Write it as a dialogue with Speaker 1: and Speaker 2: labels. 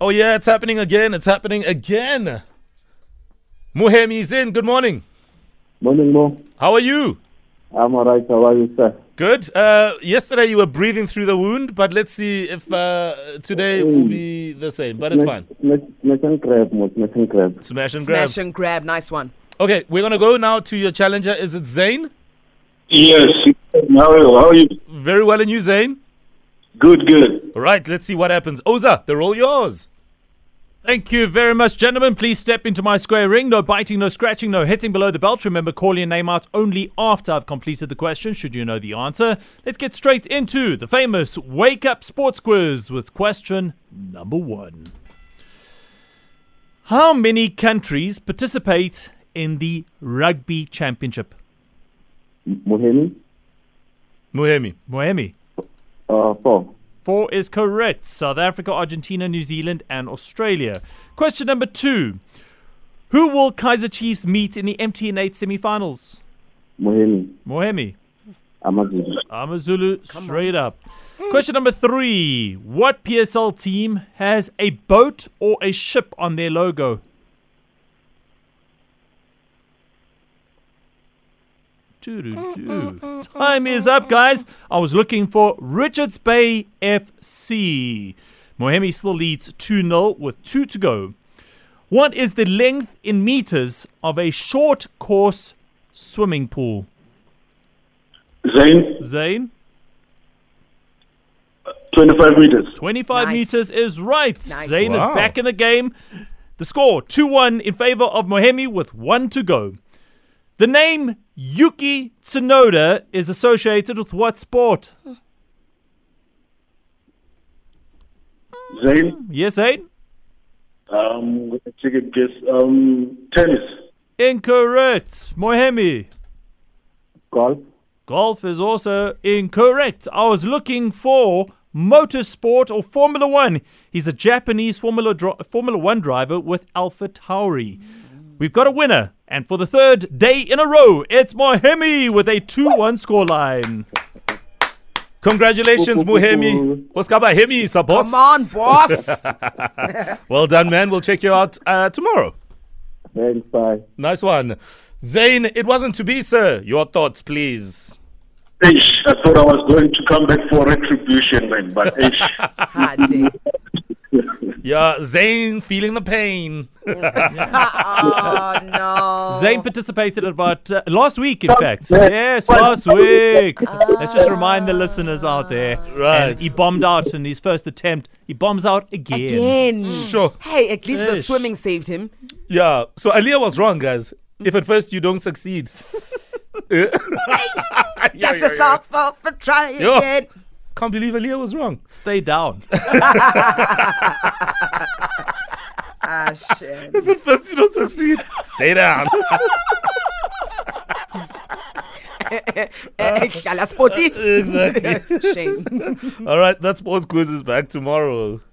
Speaker 1: Oh yeah, it's happening again. It's happening again. Muhem is in. Good morning.
Speaker 2: Morning, Mo.
Speaker 1: How are you?
Speaker 2: I'm all right. How are you, sir?
Speaker 1: Good. Uh, yesterday you were breathing through the wound, but let's see if uh, today will be the same. But it's fine.
Speaker 2: Smash, smash and grab, Mo. Smash and grab.
Speaker 1: Smash and grab.
Speaker 3: Smash and grab. Nice one.
Speaker 1: Okay, we're gonna go now to your challenger. Is it Zane?
Speaker 4: Yes. How are you? How are you?
Speaker 1: Very well, and you, Zane.
Speaker 4: Good, good.
Speaker 1: All right, let's see what happens. Oza, they're all yours.
Speaker 5: Thank you very much, gentlemen. Please step into my square ring. No biting, no scratching, no hitting below the belt. Remember, call your name out only after I've completed the question, should you know the answer. Let's get straight into the famous Wake Up Sports Quiz with question number one How many countries participate in the Rugby Championship?
Speaker 2: Mohini,
Speaker 1: Muhemi.
Speaker 5: Miami.
Speaker 2: uh, four.
Speaker 5: Four is correct. South Africa, Argentina, New Zealand, and Australia. Question number two. Who will Kaiser Chiefs meet in the MTN 8 semi-finals?
Speaker 2: Mohini,
Speaker 5: Mohemi.
Speaker 2: Amazulu,
Speaker 5: Amazulu straight up. Question number three. What PSL team has a boat or a ship on their logo? Doo-doo-doo. Time is up, guys. I was looking for Richards Bay FC. Mohemi still leads 2 0 with two to go. What is the length in meters of a short course swimming pool?
Speaker 4: Zane,
Speaker 5: Zane?
Speaker 4: 25 meters.
Speaker 5: 25
Speaker 3: Nice.
Speaker 5: meters is right.
Speaker 3: Nice.
Speaker 5: Zane
Speaker 1: Wow.
Speaker 5: is back in the game. The score 2 1 in favor of Mohemi with one to go. The name Yuki Tsunoda is associated with what sport?
Speaker 4: Zane,
Speaker 5: Yes, Zane?
Speaker 4: um, gonna take a guess. Um, tennis.
Speaker 5: Incorrect. Mohemi.
Speaker 2: golf,
Speaker 5: Golf is also incorrect. I was looking for motorsport or Formula One. He's a Japanese Formula, dri- Formula One driver with Alpha Tauri. We've got a winner, and for the third day in a row, it's Mohemi with a 2 1 scoreline.
Speaker 1: Congratulations, Muhemi. Oskaba Hemi, suppose.
Speaker 3: Come on, boss.
Speaker 1: Well done, man. We'll check you out uh, tomorrow.
Speaker 2: thanks, bye.
Speaker 1: Nice one. Zane, it wasn't to be, sir. Your thoughts, please.
Speaker 4: Ish, I thought I was going to come back for retribution, man, but ish.
Speaker 3: Hot day.
Speaker 1: Yeah, Zane feeling the pain.
Speaker 3: Oh no.
Speaker 5: Zane participated about uh, last week, in fact. Yes, last week. Ah. Let's just remind the listeners out there.
Speaker 1: Right.
Speaker 5: And he bombed out in his first attempt. He bombs out again.
Speaker 3: Again.
Speaker 1: Sure.
Speaker 3: Hey, at least the
Speaker 5: Ish.
Speaker 3: swimming saved him.
Speaker 1: Yeah. So Aliyah was wrong, guys. If at first you don't succeed. Eh? yeah,
Speaker 3: That's
Speaker 1: yeah,
Speaker 3: the
Speaker 1: yeah.
Speaker 3: south fault for trying
Speaker 1: Yo.
Speaker 3: again.
Speaker 1: Can't believe Aliyah was wrong.
Speaker 5: Stay down.
Speaker 3: Ah shit.
Speaker 1: If at first you don't succeed, stay down.
Speaker 3: Galas
Speaker 1: exactly.
Speaker 3: Shame. Eh,
Speaker 1: All right, that's sports quizzes back tomorrow.